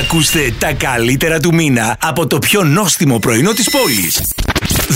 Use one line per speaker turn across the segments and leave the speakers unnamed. Ακούστε τα καλύτερα του μήνα από το πιο νόστιμο πρωινό της πόλης.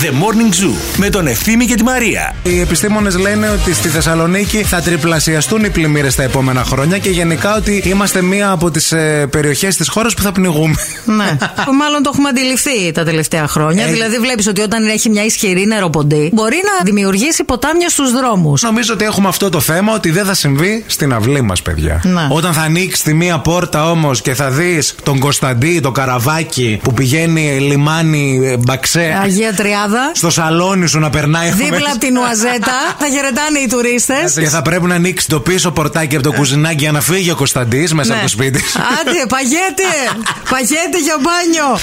The Morning Zoo με τον Ευθύμη και τη Μαρία.
Οι επιστήμονες λένε ότι στη Θεσσαλονίκη θα τριπλασιαστούν οι πλημμύρες τα επόμενα χρόνια και γενικά ότι είμαστε μία από τις ε, περιοχές της χώρας που θα πνιγούμε.
Ναι. Που μάλλον το έχουμε αντιληφθεί τα τελευταία χρόνια.
Ε,
δηλαδή, βλέπεις ότι όταν έχει μια ισχυρή νεροποντή, μπορεί να δημιουργήσει ποτάμια στους δρόμους.
Νομίζω ότι έχουμε αυτό το θέμα ότι δεν θα συμβεί στην αυλή μας, παιδιά.
Ναι.
Όταν θα ανοίξει τη μία πόρτα όμως και θα δεις τον Κωνσταντί, τον καραβάκι που πηγαίνει λιμάνι ε, μπαξέ.
Αγία Τριάδα.
Στο σαλόνι σου να περνάει από
Δίπλα
μέσα.
από την Ουαζέτα θα χαιρετάνε οι τουρίστες.
Και θα πρέπει να ανοίξει το πίσω πορτάκι
Ε.
από το κουζινάκι για να φύγει ο Κωνσταντής
Ναι.
μέσα από το σπίτι. σου.
Άντε, παγέτε! παγέτε για μπάνιο!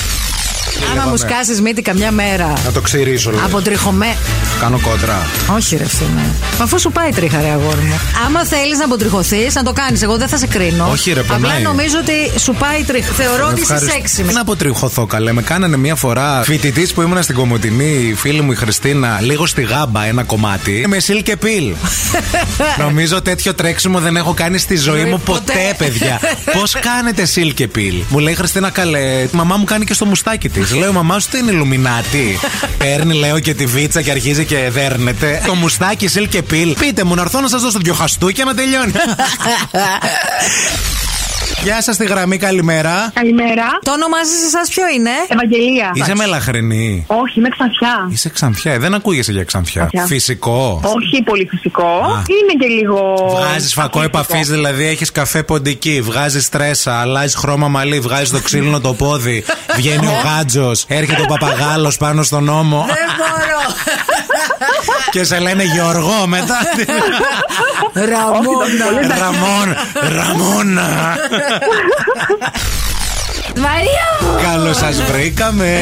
Άμα
πάμε.
μου σκάσεις μύτη καμιά μέρα.
Να το ξυρίσω λίγο.
Από τριχωμέ.
Κάνω κόντρα.
Όχι, ρε ευθύνη. Μα αφού σου πάει τρίχα, ρε αγόρι μου. Άμα θέλεις να αποτριχωθείς, να το κάνεις. Εγώ δεν θα σε κρίνω.
Όχι, ρε,
Απλά
πονάει. Ε,
νομίζω ότι σου πάει τρίχα. Θεωρώ ότι είσαι
Ευχαριστώ.
σεξιμη.
Να αποτριχωθώ, καλέ. Με κάνανε μια φορά φοιτητής που ήμουν στην Κομωτινή, η φίλη μου η Χριστίνα, λίγο στη γάμπα ένα κομμάτι. Με σιλ και πιλ. Νομίζω τέτοιο τρέξιμο δεν έχω κάνει στη ζωή
Ζωή
μου
ποτέ.
ποτέ, παιδιά. Πώς κάνετε σιλ και πιλ. Μου λέει Χριστίνα, καλέ. η Μαμά μου κάνει και στο μουστάκι της. Λέω, μαμά σου τι είναι Ιλουμινάτη. Παίρνει, λέω, και τη βίτσα και αρχίζει και δέρνεται. Το μουστάκι σιλ και πιλ. Πείτε μου να έρθω να σας δώσω δυο χαστούκια να τελειώνει. Γεια σας, τη γραμμή, καλημέρα.
Καλημέρα.
Το όνομά σας εσάς ποιο είναι?
Ευαγγελία.
Είσαι μελαχρινή.
Όχι, είμαι ξανθιά.
Είσαι ξανθιά. Ε, Δεν ακούγεσαι για ξανθιά.
Ξανθιά.
Φυσικό.
Όχι πολύ φυσικό.
Α.
Είναι και λίγο.
Βγάζεις φακό
αθλητικό.
επαφής, δηλαδή έχεις καφέ ποντική, βγάζεις τρέσα, αλλάζεις χρώμα μαλλί, βγάζεις το ξύλινο το πόδι, βγαίνει ο γάτζος, έρχεται ο παπαγάλος πάνω στον ώμο
Δεν μπορώ.
και σε λένε Γιώργο μετά.
Ραμόνα.
Ραμόν, Ραμόνα.
Μαρία μου!
Καλώς σας βρήκαμε.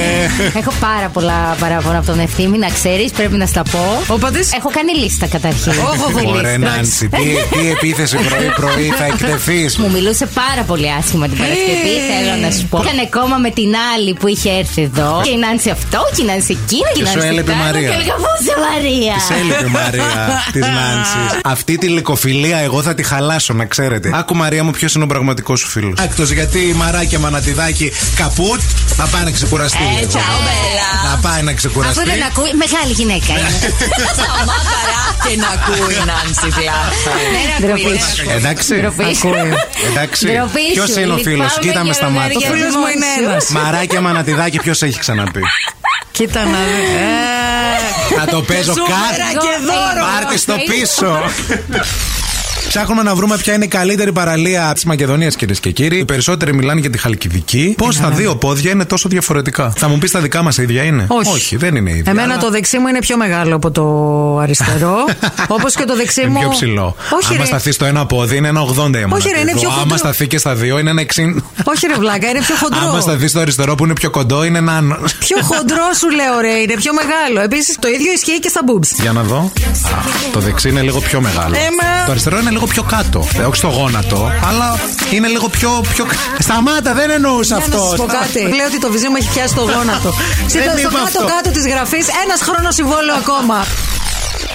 Έχω πάρα πολλά παράπονα από τον ευθύνη, να ξέρεις, πρέπει να στα πω.
Ο πατή.
Έχω κάνει λίστα καταρχήν.
Ω, ω, ω.
Ε, Ωραία,
Εντάξει.
Νάνση, τι, τι επίθεση πρωί-πρωί θα εκτεθείς.
Μου μιλούσε πάρα πολύ άσχημα την Παρασκευή, θέλω να σου πω. Έκανε κόμμα με την άλλη που είχε έρθει εδώ. Και η Νάνση αυτό, και η Νάνση εκείνο, και η
Και σου
Νάνση
έλειπε η
τάδε,
Μαρία.
Και έλεγα, πού είσαι Μαρία.
Της έλειπε η Μαρία της Νάνσης. Αυτή τη λικοφιλία εγώ θα τη χαλάσω, να ξέρετε. Άκου Μαρία μου, ποιος είναι ο πραγματικός σου φίλος. Άκτος, γιατί η Μαράκια Μανατιδάκη καπούτ θα πάει να ξεκουραστεί.
Ε,
λίγο. Θα πάει να
Αφού
ξεκουραστεί.
δεν ακούει, μεγάλη γυναίκα είναι.
και να ακούει η Νάνση δηλαδή.
Ναι, ρε, ακούει.
Εντάξει. Εντάξει.
Ντροπή σου,
Ποιος είναι ο φίλο,
λυπάμαι
κοίτα με
για
στα
τον
μάτια.
Ο φίλος μου είναι ένα.
Μαράκια Μανατιδάκη, ποιος έχει ξαναπεί.
Κοίτα να δει. Ε,
Θα το παίζω
Ζούμερα
κάτι.
και δώρο.
Πάρτε στο πίσω. Ψάχνουμε να βρούμε ποια είναι η καλύτερη παραλία της Μακεδονίας, κυρίες και κύριοι. Οι περισσότεροι μιλάνε για τη Χαλκιδική.
Ναι,
Πώς τα δύο πόδια είναι τόσο διαφορετικά. Θα μου πεις τα δικά μας ίδια είναι.
Όχι.
δεν είναι ίδια.
Εμένα
αλλά
το δεξί μου είναι πιο μεγάλο από το αριστερό. Όπως και το δεξί
είναι
μου.
πιο ψηλό.
Όχι,
Άμα
ρε.
σταθείς στο ένα πόδι είναι ένα 80 η
Όχι, ρε, είναι
αμανατίδου.
πιο
Άμα
χοντρό.
σταθεί και στα δύο είναι ένα 60.
Όχι, ρε Βλάκα, είναι πιο χοντρό.
Άμα σταθείς στο αριστερό που είναι πιο κοντό είναι ένα άνω.
Πιο χοντρό σου λέω, ρε, είναι πιο μεγάλο. Επίσης το ίδιο ισχύει και στα boobs.
Για να δω. Α, το δεξί είναι λίγο πιο μεγάλο.
Έμα.
Το αριστερό είναι λίγο πιο κάτω. Ε, όχι στο γόνατο, αλλά είναι λίγο πιο. πιο... Σταμάτα, δεν εννοούσα
Για να
αυτό.
σας πω κάτι. Λέω ότι το βυζί μου έχει πιάσει το γόνατο. Σε
Δεν
το- στο
είπα αυτό.
κάτω-κάτω της γραφής, ένας χρόνος συμβόλαιο ακόμα.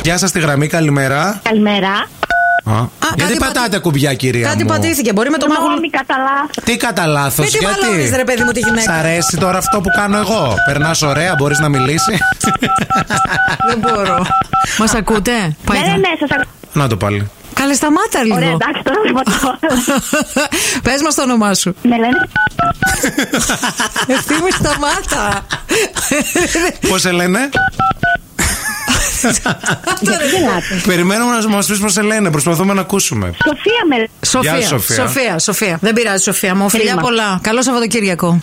Γεια σας, τη γραμμή, καλημέρα.
Καλημέρα.
γιατί
κάτι
πατάτε
πατή-
κουμπιά, κυρία
Κάτι
μου.
πατήθηκε. Μπορεί με το μάγο.
Συγγνώμη, κατά λάθος.
Τι κατά λάθος,
Μην τη μαλώνεις,
γιατί.
ρε παιδί μου, τη
Σ'
γυναίκα.
αρέσει τώρα αυτό που κάνω εγώ. Περνάς ωραία, μπορείς να μιλήσεις.
Δεν μπορώ. Μας ακούτε,
Ναι, ναι,
Πάει.
ναι, σας ακούω.
να το πάλι.
Καλέ, σταμάτα
Ωραία,
λίγο.
εντάξει, τώρα σταματώ.
Πες μας το όνομά σου.
Με Ναι, λένε.
Ευθύμη, σταμάτα.
Πώς σε λένε,
Αυτό δεν-
Περιμένουμε να μας πεις πώς σε λένε. Προσπαθούμε να ακούσουμε.
Σοφία με λένε.
Σοφία,
Γεια σου, Σοφία.
Σοφία, Σοφία. Δεν πειράζει, Σοφία μου. Φιλιά
Κρίμα.
πολλά. Καλό Σαββατοκύριακο.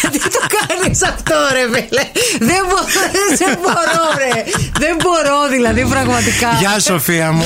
Γιατί το κάνεις αυτό, ρε φίλε. Δεν μπορώ, δεν σε μπορώ, ρε. Δεν μπορώ, δηλαδή, πραγματικά.
Γεια Σοφία μου.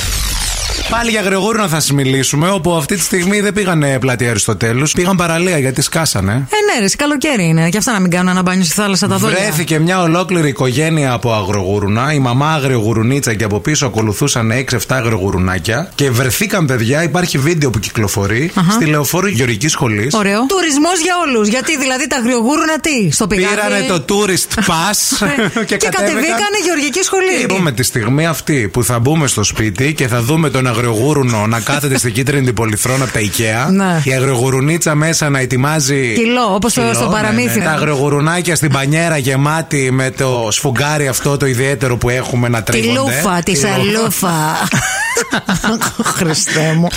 Πάλι για Γρηγόρουνα θα μιλήσουμε, όπου αυτή τη στιγμή δεν πήγανε πλατεία Αριστοτέλους, πήγαν παραλία γιατί σκάσανε.
Ε, ναι, ρε, σε καλοκαίρι είναι. Γι' αυτά να μην κάνουν ένα μπάνιο στη θάλασσα τα δόντια.
Βρέθηκε μια ολόκληρη οικογένεια από αγρογουρούνα. Η μαμά αγρογουρουνίτσα και από πίσω ακολουθούσαν 6-7 αγρογουρουνάκια. Και βρεθήκαν παιδιά, υπάρχει βίντεο που κυκλοφορεί, στη λεωφόρο Γεωργικής Σχολής.
Ωραίο. Τουρισμός για όλους. Γιατί δηλαδή τα γριογούρουνα τι, στο πηγάδι.
Πήρανε το tourist pass
Ναι. και,
και, Ε,
κατεβήκανε γεωργική σχολή.
Είπαμε τη στιγμή αυτή που θα μπούμε στο σπίτι και θα δούμε τον αγριογούρουνο να κάθεται στην κίτρινη την πολυθρόνα από τα IKEA.
Ναι.
Η αγριογουρουνίτσα μέσα να ετοιμάζει. ναι,
Κιλό, όπως στο- στο παραμύθι.
Τα αγριογουρουνάκια στην πανιέρα γεμάτη με το σφουγγάρι αυτό το ιδιαίτερο που έχουμε να
Τη
τρίβονται.
λούφα, τη
λούφα.
σαλούφα. Χριστέ μου.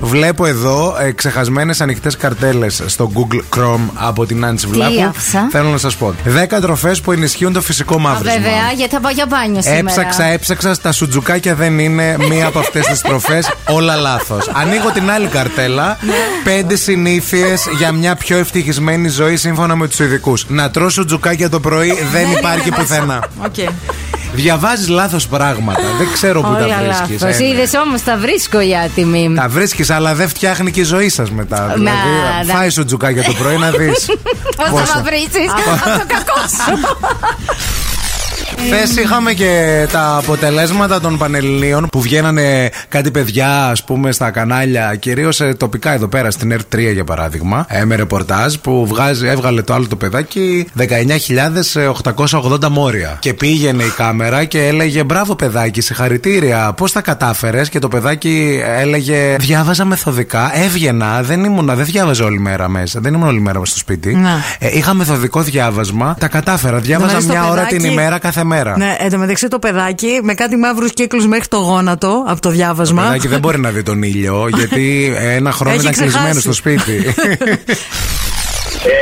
Βλέπω εδώ ε, ξεχασμένες ανοιχτές καρτέλες στο Google Chrome από την Άντσι Βλάχου.
άφησα?
Θέλω να σας πω. 10 τροφές που ενισχύουν το φυσικό
Α,
μαύρισμα.
βέβαια, γιατί θα πάω για μπάνιο σήμερα.
Έψαξα, έψαξα, στα σουτζουκάκια δεν είναι μία από αυτές τις τροφές. Όλα λάθος. Ανοίγω την άλλη καρτέλα.
Ναι.
Πέντε συνήθειες για μια πιο ευτυχισμένη ζωή σύμφωνα με τους ειδικούς. Να τρώ σουτζουκάκια το πρωί
Ναι,
δεν υπάρχει πουθενά.
Οκ.
Διαβάζεις λάθος πράγματα. Δεν ξέρω πού τα
Όλα λάθος.
βρίσκει.
Είδες όμως, τα βρίσκω για τιμή.
Τα βρίσκεις, αλλά δεν φτιάχνει και η ζωή σας μετά. δηλαδή,
ναι.
φάει σου τζουκάκια το πρωί να δεις.
Πώ θα
Πόσα.
με βρίσεις από το κακό σου.
Χθες είχαμε και τα αποτελέσματα των πανελληνίων που βγαίνανε κάτι παιδιά, ας πούμε, στα κανάλια, κυρίως τοπικά εδώ πέρα, στην R3 για παράδειγμα, ε, με ρεπορτάζ που βγάζει, έβγαλε το άλλο το παιδάκι 19.880 μόρια. Και πήγαινε η κάμερα και έλεγε Μπράβο, παιδάκι, συγχαρητήρια, πώς τα κατάφερες. Και το παιδάκι έλεγε Διάβαζα μεθοδικά, έβγαινα, δεν ήμουνα, δεν διάβαζα όλη μέρα μέσα, δεν ήμουν όλη μέρα μέσα στο σπίτι.
Ναι.
Ε, είχα μεθοδικό διάβασμα, τα κατάφερα. Διάβαζα
Νομίζω το
μια ώρα
παιδάκι-
την ημέρα κάθε μέρα.
Ναι, εν τω μεταξύ το παιδάκι με κάτι μαύρους κύκλους μέχρι το γόνατο από το διάβασμα.
Το παιδάκι δεν μπορεί να δει τον ήλιο, γιατί ένα χρόνο
Έχει
ήταν
ξεχάσει.
κλεισμένο στο σπίτι.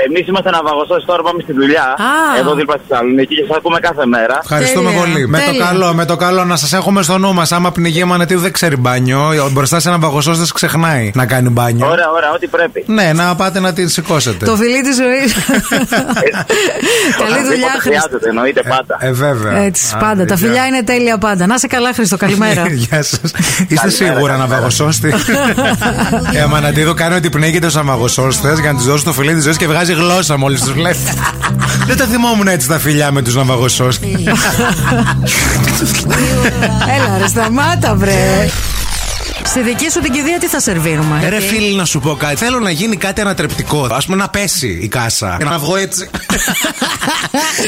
Εμεί Ε, είμαστε ναυαγοστέ, τώρα πάμε στη δουλειά.
Α.
Εδώ δίπλα στη Θεσσαλονίκη και σας ακούμε κάθε μέρα.
Ευχαριστούμε
Τέλεια,
πολύ. Με το
τέλεια.
καλό, με το καλό να σας έχουμε στο νου μας. Άμα πνιγεί μανετίου δεν ξέρει μπάνιο. Μπροστά σε ένα παγωσό δεν ξεχνάει να κάνει
Ναι.
μπάνιο.
Ωραία, ωραία, ό,τι πρέπει.
Ναι, να πάτε να την σηκώσετε. Ε,
Το φιλί της ζωής. Καλή
Οτιδήποτε
δουλειά, Χρήστο.
Χρειάζεται, εννοείται πάντα.
Ε, βέβαια.
Έτσι,
Α,
πάντα. Τα
παιδιά.
φιλιά είναι τέλεια πάντα. Να σε καλά, Χρήστο. Καλημέρα.
Ε, Γεια σας. Είστε σίγουρα να βαγοσώστε. Ε, Μανατίδο κάνει ότι πνίγεται στου αμαγοσώστε για να του δώσει το φιλί της ζωής και βγάζει γλώσσα μόλις τους βλέπεις. Δεν τα θυμόμουν έτσι τα φιλιά με τους αμαγοσώστε.
Έλα, ρε, σταμάτα, βρε. Στη δική σου την κηδεία τι θα σερβίρουμε.
Ε, Ρε φίλοι, να σου πω κάτι. Θέλω να γίνει κάτι ανατρεπτικό. Ας πούμε να πέσει η κάσα. Και να βγω έτσι.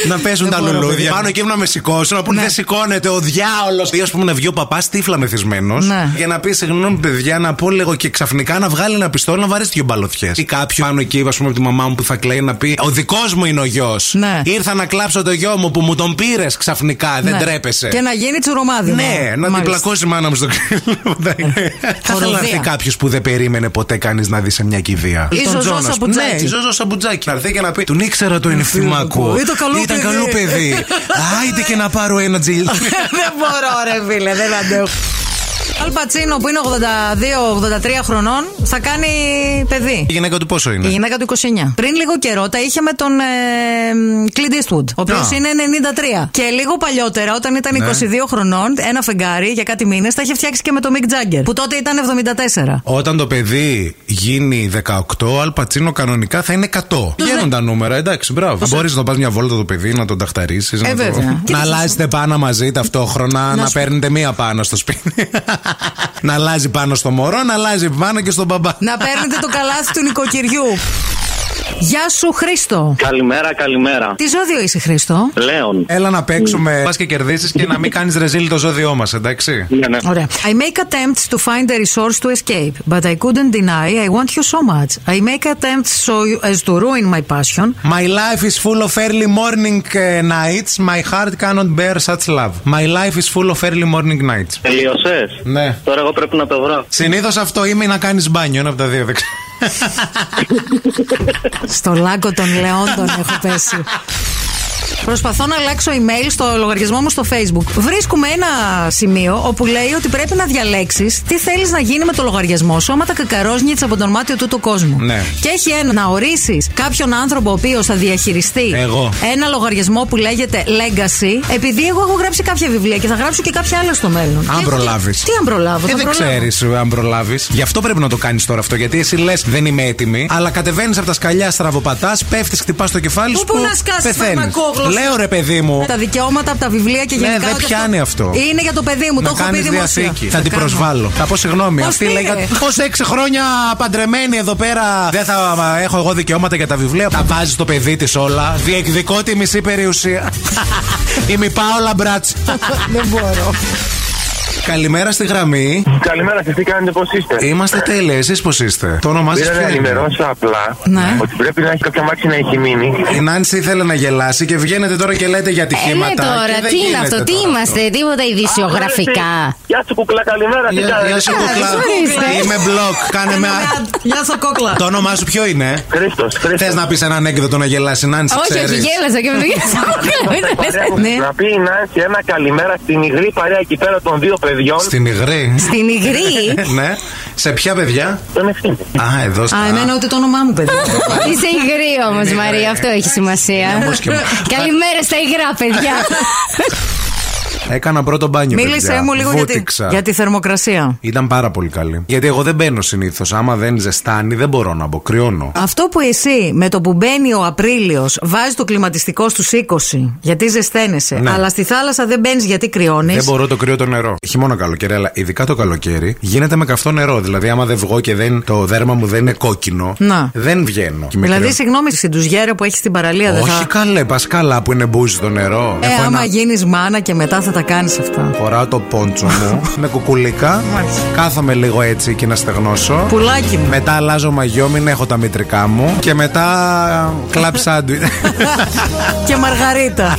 να πέσουν τα λουλούδια. Πάνω εκεί να με σηκώσουν. Να
Ναι.
πούνε δεν σηκώνεται ο διάολος. Ή ας πούμε να βγει ο παπάς τύφλα μεθυσμένος.
Ναι.
Για να πει συγγνώμη, παιδιά, να πω λίγο και ξαφνικά να βγάλει ένα πιστόλι να βαρέσει δύο μπαλωθιέ. Ή κάποιο πάνω εκεί, ας πούμε από τη μαμά μου που θα κλαίει να πει Ο δικός μου είναι ο γιος.
Ναι.
Ήρθα να κλάψω το γιο μου που μου τον πήρες ξαφνικά. Δεν
Ναι.
τρέπεσαι.
Και να γίνει τσουρομάδι.
Ναι, να την πλακώσει η μάνα μου στο κρύο. Θα ήθελα να
Ε, Χοροδία.
έρθει κάποιος που δεν περίμενε ποτέ κανείς να δει σε μια κηδεία.
Ή
Τον
Ζωζό
Τζόνας.
Σαμπουτζάκη.
Ναι, η Ζωζό Σαμπουτζάκη. Να έρθει και να πει Τον ήξερα το
φίλο
ενυφημάκο.
μου. Ήταν καλό
Ήταν
παιδί».
καλό παιδί. Άιντε και να πάρω ένα τζιλ.
δεν μπορώ, ρε φίλε, δεν αντέχω. Αλ Πατσίνο που είναι 82-83 χρονών θα κάνει παιδί.
Η γυναίκα του πόσο
Η
είναι.
γυναίκα του 29. Πριν λίγο καιρό τα είχε με τον ε, μ, Clint Eastwood, ο οποίος
Α.
είναι 93. Και λίγο παλιότερα, όταν ήταν 22 χρονών, ένα φεγγάρι για κάτι μήνες, τα είχε φτιάξει και με τον Mick Jagger, που τότε ήταν 74.
Όταν το παιδί γίνει 18, ο Αλπατσίνο κανονικά θα είναι 100. Βγαίνουν τα νούμερα, εντάξει, μπράβο. Μπορείς να το πας μια βόλτα το παιδί, να τον ταχταρίσεις. να, το...
βέβαια.
να αλλάζετε πάνω μαζί ταυτόχρονα, να, παίρνετε μία πάνω στο σπίτι. να αλλάζει πάνω στο μωρό, να αλλάζει πάνω και στον μπαμπά.
Να παίρνετε το καλάθι του νοικοκυριού. Γεια σου, Χρήστο.
Καλημέρα, καλημέρα.
Τι ζώδιο είσαι, Χρήστο.
Λέων.
Έλα να παίξουμε. Πας και κερδίσεις και να μην κάνεις ρεζίλ το ζώδιό μας, εντάξει.
Ναι, ναι.
Ωραία. I make attempts to find a resource to escape, but I couldn't deny I want you so much. I make attempts so you, as to ruin my passion.
My life is full of early morning eh, nights. My heart cannot bear such love. My life is full of early morning nights.
Τελείωσες.
Ναι.
Τώρα εγώ πρέπει να το βρω.
Συνήθως αυτό είμαι να κάνεις μπάνιο, ένα από τα δύο. δεν ξέρω.
Στο λάγκο των Λεόντων έχω πέσει. Προσπαθώ να αλλάξω email στο λογαριασμό μου στο Facebook. Βρίσκουμε ένα σημείο όπου λέει ότι πρέπει να διαλέξεις τι θέλεις να γίνει με το λογαριασμό σου άμα τα κακαρόζνιτσα από τον μάτιο του του κόσμου.
Ναι.
Και έχει ένα να ορίσεις κάποιον άνθρωπο ο οποίος θα διαχειριστεί
Εγώ.
ένα λογαριασμό που λέγεται Legacy. Επειδή εγώ έχω γράψει κάποια βιβλία και θα γράψω και κάποια άλλα στο μέλλον. Και έχω-
προλάβεις.
Τι αν προλάβω,
Ε,
θα
δεν
προλάβω.
ξέρεις αν προλάβεις. Γι' αυτό πρέπει να το κάνεις τώρα αυτό. Γιατί εσύ λες δεν είμαι έτοιμη, αλλά κατεβαίνεις από τα σκαλιά, στραβοπατάς, πέφτεις, χτυπάς το κεφάλι σου.
Πού να σκάσεις,
πεθαίνεις.
φαρμακόγλωσσα.
Λέω ρε παιδί μου.
Τα δικαιώματα από τα βιβλία και
Ναι,
γενικά.
δεν
ότι
πιάνει αυτό.
Είναι για το παιδί μου,
Να
το έχω πει
κάνεις
δημοσία.
διαθήκη. Θα την
κάνω.
προσβάλλω. Θα πω συγγνώμη.
Πώς
Αυτή
πήρε?
λέγατε. Πώς έξι χρόνια παντρεμένη εδώ πέρα δεν θα α, έχω εγώ δικαιώματα για τα βιβλία. Τα βάζει το παιδί της όλα. Διεκδικώ τη μισή περιουσία. Είμαι η Πάολα Μπράτ.
Δεν μπορώ.
Καλημέρα στη γραμμή.
Καλημέρα σας, τι κάνετε, πώς είστε.
Είμαστε τέλειοι, εσείς πώς είστε. Το όνομά σας
Πήρα να
ποιο είναι.
ενημερώσω απλά
Ναι.
ότι πρέπει να έχει κάποια μάτια να έχει μείνει.
Η Νάνση ήθελε να γελάσει και βγαίνετε τώρα και λέτε για ατυχήματα.
Έλε
και
Ε, ναι τώρα,
δεν
τι είναι
γίνεται
αυτό, τι
τώρα
είμαστε, τίποτα ειδησιογραφικά.
Γεια σου κουκλά, καλημέρα. Τι
Γεια- Γεια
κάνεις.
σου, κουκλά.
ορίστε.
Είμαι μπλοκ. Κάνε με.
Γεια σα, κόκλα.
Το όνομά σου ποιο είναι.
Χρήστος, Χρήστος.
Θες να πεις ένα ανέκδοτο να γελάσει, Νάνση,
Όχι, όχι,
ξέρεις.
γέλασα και με το γέλασα.
Ναι.
Να πει η Νάνση ένα καλημέρα στην υγρή παρέα εκεί πέρα των δύο παιδιών.
Στην υγρή.
Στην υγρή
Ναι. Σε ποια παιδιά.
Τον ευθύνη.
Α, εδώ στα.
Α, εμένα ούτε το όνομά μου, παιδί.
Είσαι υγρή όμως,
Είναι υγρή.
Μαρία, αυτό έχει σημασία.
Είναι όμως και μου.
Καλημέρα στα υγρά, παιδιά.
Έκανα πρώτο μπάνιο.
Μίλησε
παιδιά.
μου λίγο για τη,
Βούτυξα.
για τη θερμοκρασία.
Ήταν πάρα πολύ καλή. Γιατί εγώ δεν μπαίνω συνήθως. Άμα δεν ζεστάνει, δεν μπορώ να μπω. Κρυώνω.
Αυτό που εσύ με το που μπαίνει ο Απρίλιος βάζεις το κλιματιστικό στους 20 γιατί ζεσταίνεσαι,
Ναι.
αλλά στη θάλασσα δεν μπαίνεις γιατί κρυώνεις.
Δεν μπορώ το κρύο το νερό. Χειμώνα καλοκαίρι, αλλά ειδικά το καλοκαίρι γίνεται με καυτό νερό. Δηλαδή, άμα δεν βγω και δεν, το δέρμα μου δεν είναι κόκκινο,
Να.
δεν βγαίνω. Και με
Δηλαδή,
κρύο-
συγγνώμη, στην τουζιέρα που έχεις στην παραλία δεν
Όχι
θα.
καλέ, πας καλά που είναι μπούζι το νερό.
Ε,
Έχω
άμα
ένα-
γίνεις μάνα και μετά θα τα κάνεις αυτά.
Φοράω το πόντσο μου με κουκουλίκα.
Μάλιστα.
κάθομαι λίγο έτσι και να στεγνώσω.
Πουλάκι μου.
Μετά αλλάζω μαγιό, μην έχω τα μητρικά μου. Και μετά κλαπ σάντουι.
και Μαργαρίτα.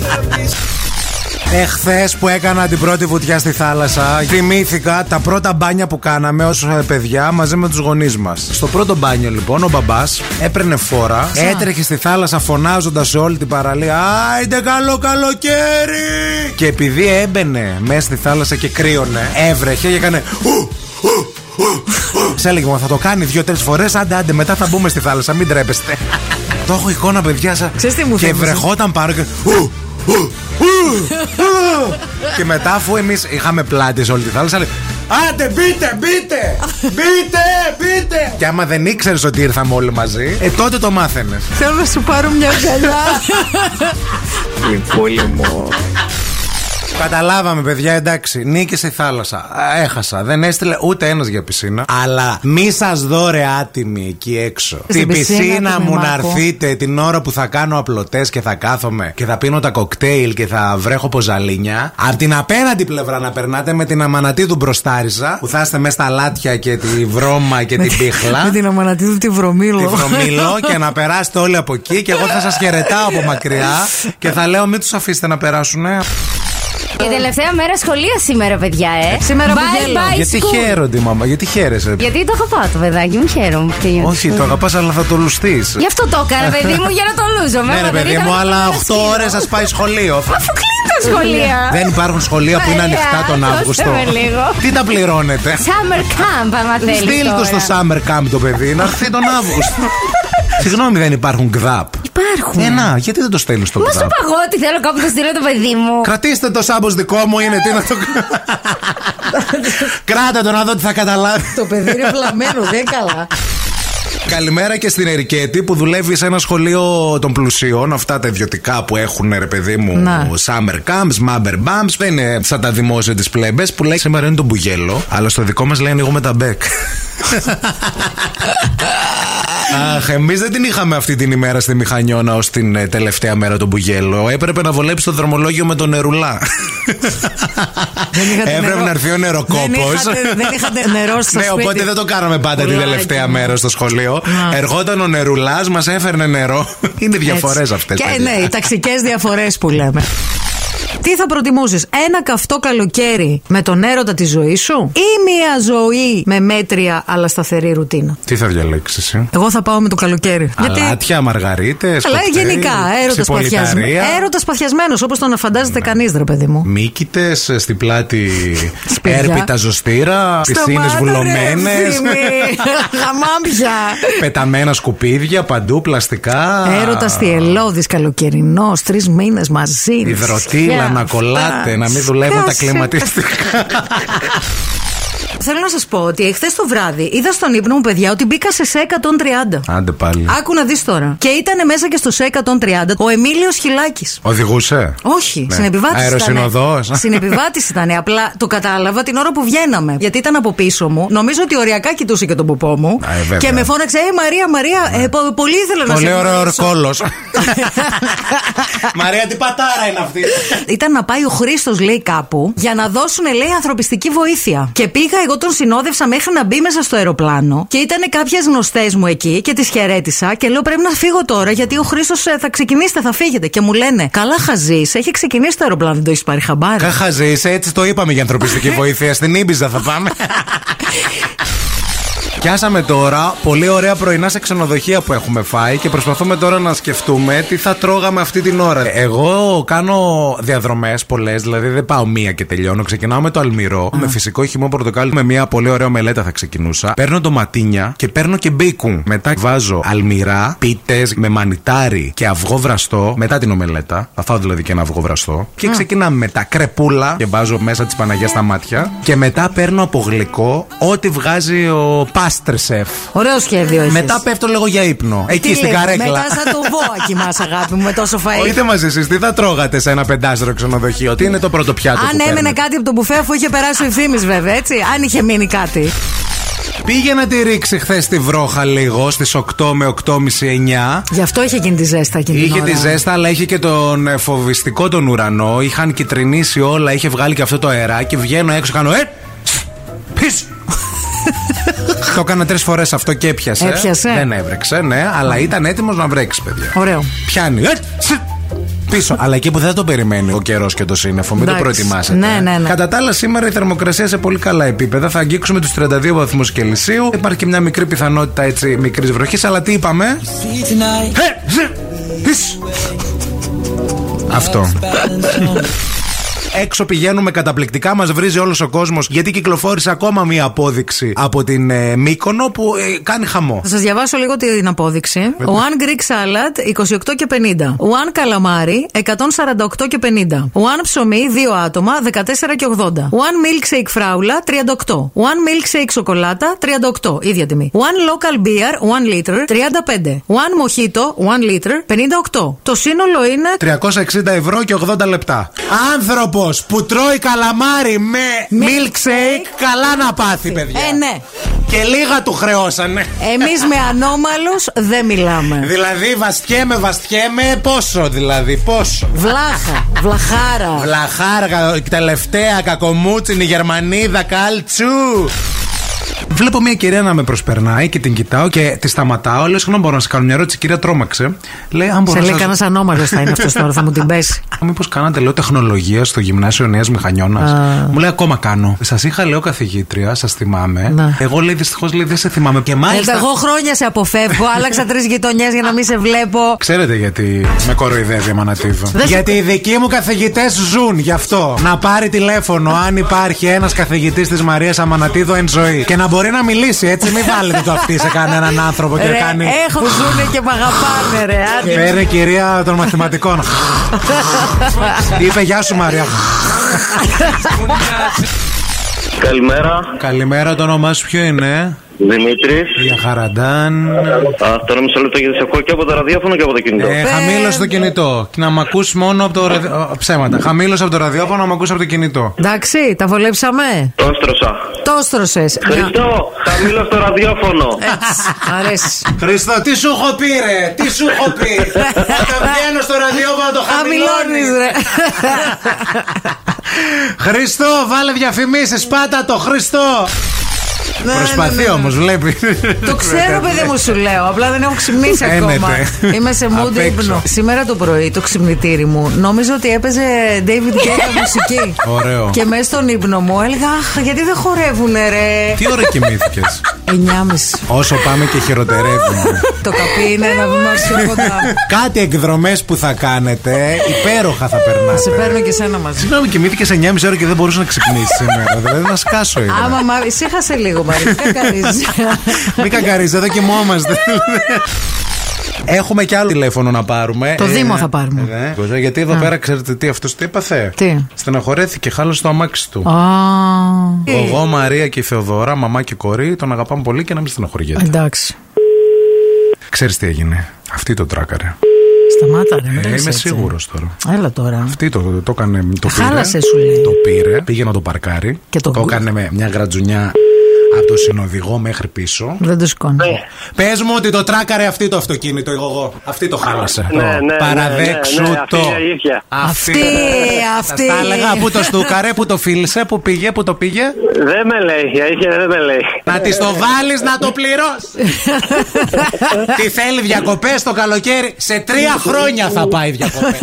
Εχθές που έκανα την πρώτη βουτιά στη θάλασσα, θυμήθηκα τα πρώτα μπάνια που κάναμε ως παιδιά μαζί με τους γονείς μας. Στο πρώτο μπάνιο, λοιπόν, ο μπαμπάς έπαιρνε φόρα, έτρεχε στη θάλασσα φωνάζοντας σε όλη την παραλία Άιντε καλό καλοκαίρι! Και επειδή έμπαινε μέσα στη θάλασσα και κρύωνε, έβρεχε και έκανε «Ου, ου, ου, ου». Σε έλεγε μου, θα το κάνει δύο-τρει φορές. Άντε, άντε, μετά θα μπούμε στη θάλασσα, μην τρέπεστε. το έχω εικόνα, παιδιά σα.
Ξέρεις τι μου
Και
θύμισε?
βρεχόταν πάνω και. «Ου, ου, ου, ου». και μετά, αφού εμείς είχαμε πλάτη σε όλη τη θάλασσα, λέει, Άντε, μπείτε, μπείτε! Μπείτε, μπείτε! Και άμα δεν ήξερες ότι ήρθαμε όλοι μαζί, ε, τότε το μάθαινες.
Θέλω να σου πάρω μια αγκαλιά.
Καταλάβαμε, παιδιά, εντάξει. Νίκησε η θάλασσα. Α, Έχασα. Δεν έστειλε ούτε ένας για πισίνα. Αλλά μη σας δω ρε άτιμοι εκεί έξω. Την
Στην πισίνα
πισίνα,
του
μου να
Μημάκου.
έρθετε την ώρα που θα κάνω απλωτές και θα κάθομαι και θα πίνω τα κοκτέιλ και θα βρέχω ποζαλίνια. Απ' την απέναντι πλευρά να περνάτε με την αμανατή του μπροστάριζα που θα είστε μέσα στα λάτια και τη βρώμα και την πίχλα.
Με την αμανατή του τη
Τη
βρωμήλο.
βρωμήλω και να περάσετε όλοι από εκεί και εγώ θα σας χαιρετάω από μακριά και θα λέω μην τους αφήσετε να περάσουν.
Η τελευταία μέρα σχολεία σήμερα, παιδιά, ε.
Σήμερα που
bye,
γέλα.
bye,
Γιατί
school.
χαίρονται, μαμά, γιατί χαίρεσαι.
Γιατί το αγαπάω το παιδάκι μου, χαίρομαι. που τελειώνει
Όχι,
το
το
σχολείο.
αγαπάς, αλλά θα το λουστείς.
Γι' αυτό το έκανα, παιδί μου, για να το λούζω.
Ναι, ρε παιδί μου, αλλά 8 ώρε σα πάει σχολείο.
Αφού κλείνει τα σχολεία.
Δεν υπάρχουν σχολεία που είναι
Μαρία,
ανοιχτά τον
δώστε
Αύγουστο.
με λίγο.
Τι τα πληρώνετε.
Summer camp, άμα θέλει.
Στείλ το στο
τώρα.
summer camp το παιδί να έρθει τον Αύγουστο. Συγγνώμη, δεν υπάρχουν γκδαπ.
Υπάρχουν.
Ε, να, γιατί δεν το στέλνεις το
Μα σου
γκδαπ.
είπα εγώ ότι θέλω κάπου να στείλω το παιδί μου.
Κρατήστε το σάμπος δικό μου, είναι τι να το. Κράτα το να δω τι θα καταλάβει.
Το παιδί είναι βλαμμένο, δεν καλά.
Καλημέρα και στην Ερικέτη που δουλεύει σε ένα σχολείο των πλουσίων. Αυτά τα ιδιωτικά που έχουν, ρε παιδί μου,
Να.
summer camps, mumber bumps. Δεν είναι σαν τα δημόσια της πλέμπες που λέει σήμερα είναι το μπουγέλο, αλλά στο δικό μας λέει ανοίγουμε τα μπέκ. Αχ, εμείς δεν την είχαμε αυτή την ημέρα στη Μηχανιώνα ως την ε, τελευταία μέρα του Μπουγέλο. Έπρεπε να βολέψει το δρομολόγιο με τον νερουλά.
Δεν είχατε
Έπρεπε
νερό.
να έρθει ο νεροκόπο.
Δεν είχατε- δεν είχατε νερό στο
Ναι,
σπίτι.
οπότε δεν το κάναμε πάντα την
Πουλάκι
τελευταία
μου.
μέρα στο σχολείο.
Να.
Ερχόταν ο νερουλάς, μας έφερνε νερό. Είναι διαφορέ
Έτσι.
αυτές.
Και ναι, οι ταξικές διαφορές που λέμε. Τι θα προτιμούσες, ένα καυτό καλοκαίρι με τον έρωτα της ζωής σου ή μια ζωή με μέτρια αλλά σταθερή ρουτίνα.
Τι θα διαλέξεις, εσύ.
Εγώ θα πάω με το καλοκαίρι.
Αλάτια, μαργαρίτες.
Αλλά γενικά, έρωτας παθιασμένο. Έρωτας παθιασμένος, όπως το να φαντάζεται κανείς, ρε παιδί μου.
Μύκητες στην ε, πλάτη
Σπηλιά.
έρπιτα ζωστήρα, πισίνε
Σταμάτα, ρε,
βουλωμένες,
ευθύμη. Χαμάμια.
πεταμένα σκουπίδια παντού, πλαστικά.
Έρωτας ελώδη, καλοκαιρινός, τρεις μήνες μαζί.
Υδροτήλα
Γεια.
να κολλάτε, να μην δουλεύουν τα
Φτάσε.
κλιματιστικά.
Θέλω να σας πω ότι εχθές το βράδυ είδα στον ύπνο μου, παιδιά, ότι μπήκα σε σε 130.
Άντε πάλι.
Άκου να δεις τώρα. Και ήταν μέσα και στο σε 130 ο Εμίλιος Χιλάκης.
Οδηγούσε.
Όχι,
Ναι.
συνεπιβάτη.
Αεροσυνοδός.
Ήταν. Συνεπιβάτη ήταν. Απλά το κατάλαβα την ώρα που βγαίναμε. Γιατί ήταν από πίσω μου. Νομίζω ότι ωριακά κοιτούσε και τον ποπό μου.
Α, ε, βέβαια.
και με φώναξε, Ε, Μαρία, Μαρία, ε, πο- πολύ ήθελα να σε
Πολύ ωραίο
γνωρίσω».
ορκόλος. Μαρία, τι πατάρα είναι αυτή.
Ήταν να πάει ο Χρήστος, λέει, κάπου για να δώσουν, λέει, ανθρωπιστική βοήθεια. Και πήγα, εγώ τον συνόδευσα μέχρι να μπει μέσα στο αεροπλάνο και ήταν κάποιες γνωστές μου εκεί και τις χαιρέτησα και λέω: Πρέπει να φύγω τώρα γιατί ο Χρήστος θα ξεκινήσετε, θα φύγετε. Και μου λένε: Καλά, χαζή, έχει ξεκινήσει το αεροπλάνο, δεν το έχεις πάρει χαμπάρι.
Καχαζή, έτσι το είπαμε για ανθρωπιστική βοήθεια. Στην Ήμπιζα θα πάμε. Πιάσαμε τώρα πολύ ωραία πρωινά σε ξενοδοχεία που έχουμε φάει και προσπαθούμε τώρα να σκεφτούμε τι θα τρώγαμε αυτή την ώρα. Εγώ κάνω διαδρομές πολλές, δηλαδή δεν πάω μία και τελειώνω. Ξεκινάω με το αλμυρό, με φυσικό χυμό πορτοκάλι, με μία πολύ ωραία μελέτα θα ξεκινούσα. Παίρνω ντοματίνια και παίρνω και μπίκου. Μετά βάζω αλμυρά, πίτες με μανιτάρι και αυγό βραστό. Μετά την ομελέτα, θα φάω δηλαδή και ένα αυγό βραστό. Και ξεκινάμε με τα κρεπούλα και βάζω μέσα τη Παναγία στα μάτια. Και μετά παίρνω από γλυκό ό,τι βγάζει ο Πάστρεσεφ.
Ωραίο σχέδιο έχεις.
Μετά πέφτω λίγο για ύπνο. Εκεί
Τι
στην
λες,
καρέκλα.
Μετά σαν το βόα κοιμάσαι αγάπη μου με τόσο φαΐ.
Πείτε μα εσεί, τι θα τρώγατε σε ένα πεντάστερο ξενοδοχείο, τι είναι το πρώτο πιάτο.
Αν
που
έμενε
παίρνετε?
κάτι από το μπουφέ αφού είχε περάσει ο ευθύνη, βέβαια, έτσι. Αν είχε μείνει κάτι.
Πήγε να τη ρίξει χθε τη βρόχα λίγο στις 8 με 8.30-9.
Γι' αυτό είχε εκείνη τη ζέστα εκείνη την
Είχε
ώρα.
τη ζέστα, αλλά είχε και τον ε, φοβιστικό τον ουρανό. Είχαν κυτρινήσει όλα, είχε βγάλει και αυτό το αεράκι. Βγαίνω έξω, κάνω ε! τσ, Πίσω! το έκανα τρεις φορές αυτό και έπιασε.
Έπιασε.
Δεν έβρεξε, ναι, αλλά ήταν έτοιμος να βρέξει, παιδιά.
Ωραίο.
Πιάνει. Ε, τσ, πίσω. Αλλά εκεί που δεν το περιμένει ο καιρός και το σύννεφο, μην το
Εντάξει.
προετοιμάσετε. ε.
Ναι, ναι, ναι.
Κατά τα άλλα, σήμερα η θερμοκρασία σε πολύ καλά επίπεδα. Θα αγγίξουμε τους 32 βαθμούς Κελσίου. Υπάρχει και μια μικρή πιθανότητα έτσι μικρής βροχής, αλλά τι είπαμε. Ε, τσ, πίσω. Αυτό. Έξω πηγαίνουμε καταπληκτικά, μας βρίζει όλος ο κόσμος γιατί κυκλοφόρησε ακόμα μία απόδειξη από την ε, Μύκονο που ε, κάνει χαμό.
Θα σας διαβάσω λίγο την απόδειξη. One Greek salad 28 και 50. One καλαμάρι 148 και 50. One ψωμί 2 άτομα 14 και 80. One milkshake φράουλα 38. One milkshake σοκολάτα 38. Ίδια τιμή. One local beer 1 liter 35. One mojito 1 liter 58. Το σύνολο είναι
360 ευρώ και 80 λεπτά. Άνθρωπο που τρώει καλαμάρι με milkshake, καλά να πάθει, παιδιά.
Ε, ναι.
Και λίγα του χρεώσανε.
Εμείς με ανώμαλους δεν μιλάμε.
δηλαδή, βαστιέμαι, βαστιέμαι, πόσο δηλαδή, πόσο.
Βλάχα, βλαχάρα.
Βλαχάργα, τελευταία κακομούτσινη Γερμανίδα, καλτσού. Βλέπω μια κυρία να με προσπερνάει και την κοιτάω και τη σταματάω. Λέω: Συγγνώμη, μπορώ να σε κάνω μια ερώτηση. Η κυρία τρόμαξε. Λέει: Αν μπορώ
Σε
να
λέει
σας-
κανένας ανώμαλος θα είναι αυτός τώρα, θα μου την πέσει.
Μήπως κάνατε, λέω, τεχνολογία στο γυμνάσιο Νέας Μηχανιώνας.
Α.
Μου λέει ακόμα κάνω. Σας είχα, λέω, καθηγήτρια, σας θυμάμαι.
Ναι. Ε,
Εγώ, λέει, δυστυχώς, λέει, δεν σε θυμάμαι. Και μάλιστα.
Εγώ χρόνια σε αποφεύγω, άλλαξα τρεις γειτονιές για να μην σε βλέπω.
Ξέρετε γιατί με κοροϊδεύει η Μανατίδου.
Δεν σε-
γιατί οι δικοί μου καθηγητές ζουν γι' αυτό. Να πάρει τηλέφωνο αν υπάρχει ένας καθηγητής της Μαρίας Αμανατίδου εν ζωή. Και να μπορεί να μιλήσει έτσι. Μην βάλετε το αυτή σε κανέναν άνθρωπο και
Ρε, ε,
κάνει. Ε,
έχω ζούνε και μ' αγαπάνε, ρε. άντε.
Φέρε κυρία των μαθηματικών. Είπε γεια σου Μαρία.
Καλημέρα,
Καλημέρα, το όνομά σου ποιο είναι.
Δημήτρης.
Για χαραντάν.
Α, τώρα μισό λεπτό γιατί σε ακούω και από το ραδιόφωνο και από το κινητό.
Ε, χαμήλωσε το κινητό. Και να μ' ακούς μόνο από το ραδιόφωνο. Ψέματα. Χαμήλωσε από το ραδιόφωνο να μ' ακούς από το κινητό.
Εντάξει, τα βολέψαμε.
Τον στρώσα.
Το στρώσε.
Χριστό, χαμήλω το ραδιόφωνο.
Αρέσει.
Χριστό, τι σου έχω πει, ρε! Τι σου έχω πει! Όταν βγαίνω στο ραδιόφωνο το
Χαμηλώνεις, ρε.
Χριστό, βάλε διαφημίσεις, πάτα το Χριστό!
Ναι,
Προσπαθεί όμως, βλέπει.
Το ξέρω, παιδί μου, σου λέω. Απλά δεν έχω ξυπνήσει ακόμα.
Φαίνεται.
Είμαι σε
Απ'
mood
έξω.
ύπνο. Σήμερα το πρωί το ξυπνητήρι μου νόμιζα ότι έπαιζε David Guetta μουσική.
Ωραίο.
Και μέσα στον ύπνο μου έλεγα Αχ, γιατί δεν χορεύουνε, ρε.
Τι ώρα κοιμήθηκε.
9.30.
Όσο πάμε και χειροτερεύουμε.
Το καπί είναι ένα βήμα πιο κοντά.
Κάτι εκδρομές που θα κάνετε, υπέροχα θα
Σε παίρνω
περνάτε.
και σένα μαζί.
Συγγνώμη, κοιμήθηκες σε 9,5 ώρα και δεν μπορούσες να ξυπνήσεις σήμερα. Δηλαδή, να σκάσω ήμουν.
Άμα μα ησύχασε λίγο, Μαρία. Δεν κάνεις.
Μην κακαρίζετε, εδώ κοιμόμαστε. Έχουμε και άλλο τηλέφωνο να πάρουμε.
Το Δήμο θα πάρουμε.
ε, βέβαια, γιατί εδώ
Α.
πέρα ξέρετε τι αυτός τι έπαθε.
Τι?
Στεναχωρέθηκε, χάλασε το αμάξι του.
Α, Ε.
Εγώ, Μαρία και η Θεοδώρα, μαμά και κορή, τον αγαπάμε πολύ και να μην
Ε.
στεναχωριέται.
εντάξει.
Ξέρεις τι έγινε. Αυτή το τράκαρε.
Σταμάτα, ρε, μην
Ε,
λες
είμαι
έτσι.
σίγουρος τώρα.
Έλα τώρα.
Αυτή το, το έκανε. Το πήρε,
Χάλασε, σου λέει.
Το πήρε, πήγε να το παρκάρει.
Και το
το
γκου-
έκανε με μια γρατζουνιά από το συνοδηγό μέχρι πίσω.
Δεν το σηκώνει.
Πες μου ότι το τράκαρε αυτή το αυτοκίνητο, εγώ. εγώ. Αυτή το χάλασε.
Ναι, ναι, ναι,
Παραδέξου
ναι, ναι, αυτή
το.
είναι η ίδια.
Αυτή, αυτή.
Τα έλεγα που το στούκαρε, που το φίλησε, που πήγε, που το πήγε.
Δεν με λέει, η αλήθεια δεν με λέει.
Να τη το βάλεις να το πληρώσεις. Τι θέλει διακοπές το καλοκαίρι. Σε τρία χρόνια θα πάει διακοπές.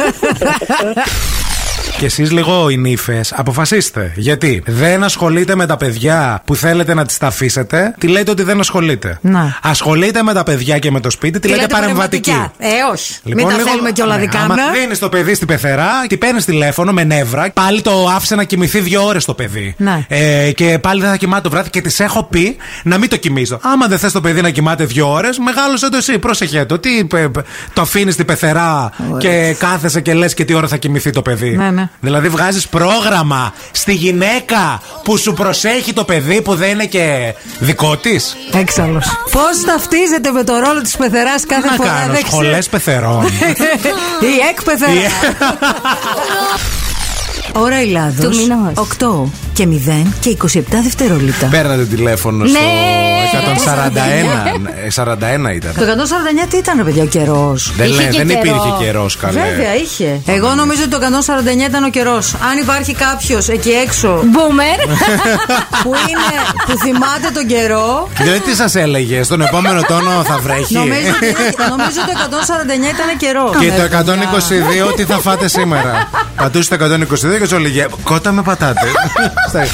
Και εσείς λίγο οι νύφε, αποφασίστε. Γιατί δεν ασχολείτε με τα παιδιά που θέλετε να τις τα αφήσετε, τη λέτε ότι δεν ασχολείτε.
Να.
Ασχολείτε με τα παιδιά και με το σπίτι, Ναι. τη
Τι
λέτε
λέτε
παρεμβατική. Λοιπόν,
παρεμβατικά. Ε, όχι. Μην τα θέλουμε κιόλα δικά
Ναι, άμα
μας.
δίνεις το παιδί στην πεθερά, τη παίρνεις τηλέφωνο με νεύρα. Πάλι το άφησε να κοιμηθεί δύο ώρες το παιδί.
Ναι.
Ε, και πάλι δεν θα κοιμάται το βράδυ και τη έχω πει να μην το κοιμίζω. Άμα δεν θες το παιδί να κοιμάται δύο ώρες, μεγάλωσε το εσύ. Πρόσεχε το. Τι, ε, ε, το αφήνεις στην πεθερά και κάθεσαι και λες και τι ώρα θα κοιμηθεί το παιδί.
Ναι, ναι.
Δηλαδή βγάζεις πρόγραμμα στη γυναίκα που σου προσέχει το παιδί που δεν είναι και δικό της.
Έξαλλος. Πώς ταυτίζεται με το ρόλο της πεθεράς κάθε
Να
φορά.
κάνω
δεν ξέρω.
σχολές πεθερών.
Η έκπεθερα. Ώρα Ελλάδος.
Του μηνός.
8 και 0 και 27 δευτερόλεπτα.
Παίρνατε τηλέφωνο στο
Ναι.
141. 41 Ε, ήταν.
Το 149 τι ήταν, ρε παιδιά, ο καιρός.
Δεν,
Είχε
λέ-
και
δεν
καιρό.
υπήρχε καιρός, καλέ.
Βέβαια, είχε. Εγώ νομίζω ότι το 149 ήταν ο καιρός. Αν υπάρχει κάποιος εκεί έξω
Μπούμερ.
που, είναι, που θυμάται τον καιρό.
Δηλαδή τι σας έλεγε, στον επόμενο τόνο θα βρέχει.
Νομίζω ότι, νομίζω ότι το 149 ήταν καιρό.
Και το 122 τι θα φάτε σήμερα. Πατούσε το 122 και σου έλεγε Κότα με πατάτε. Στα-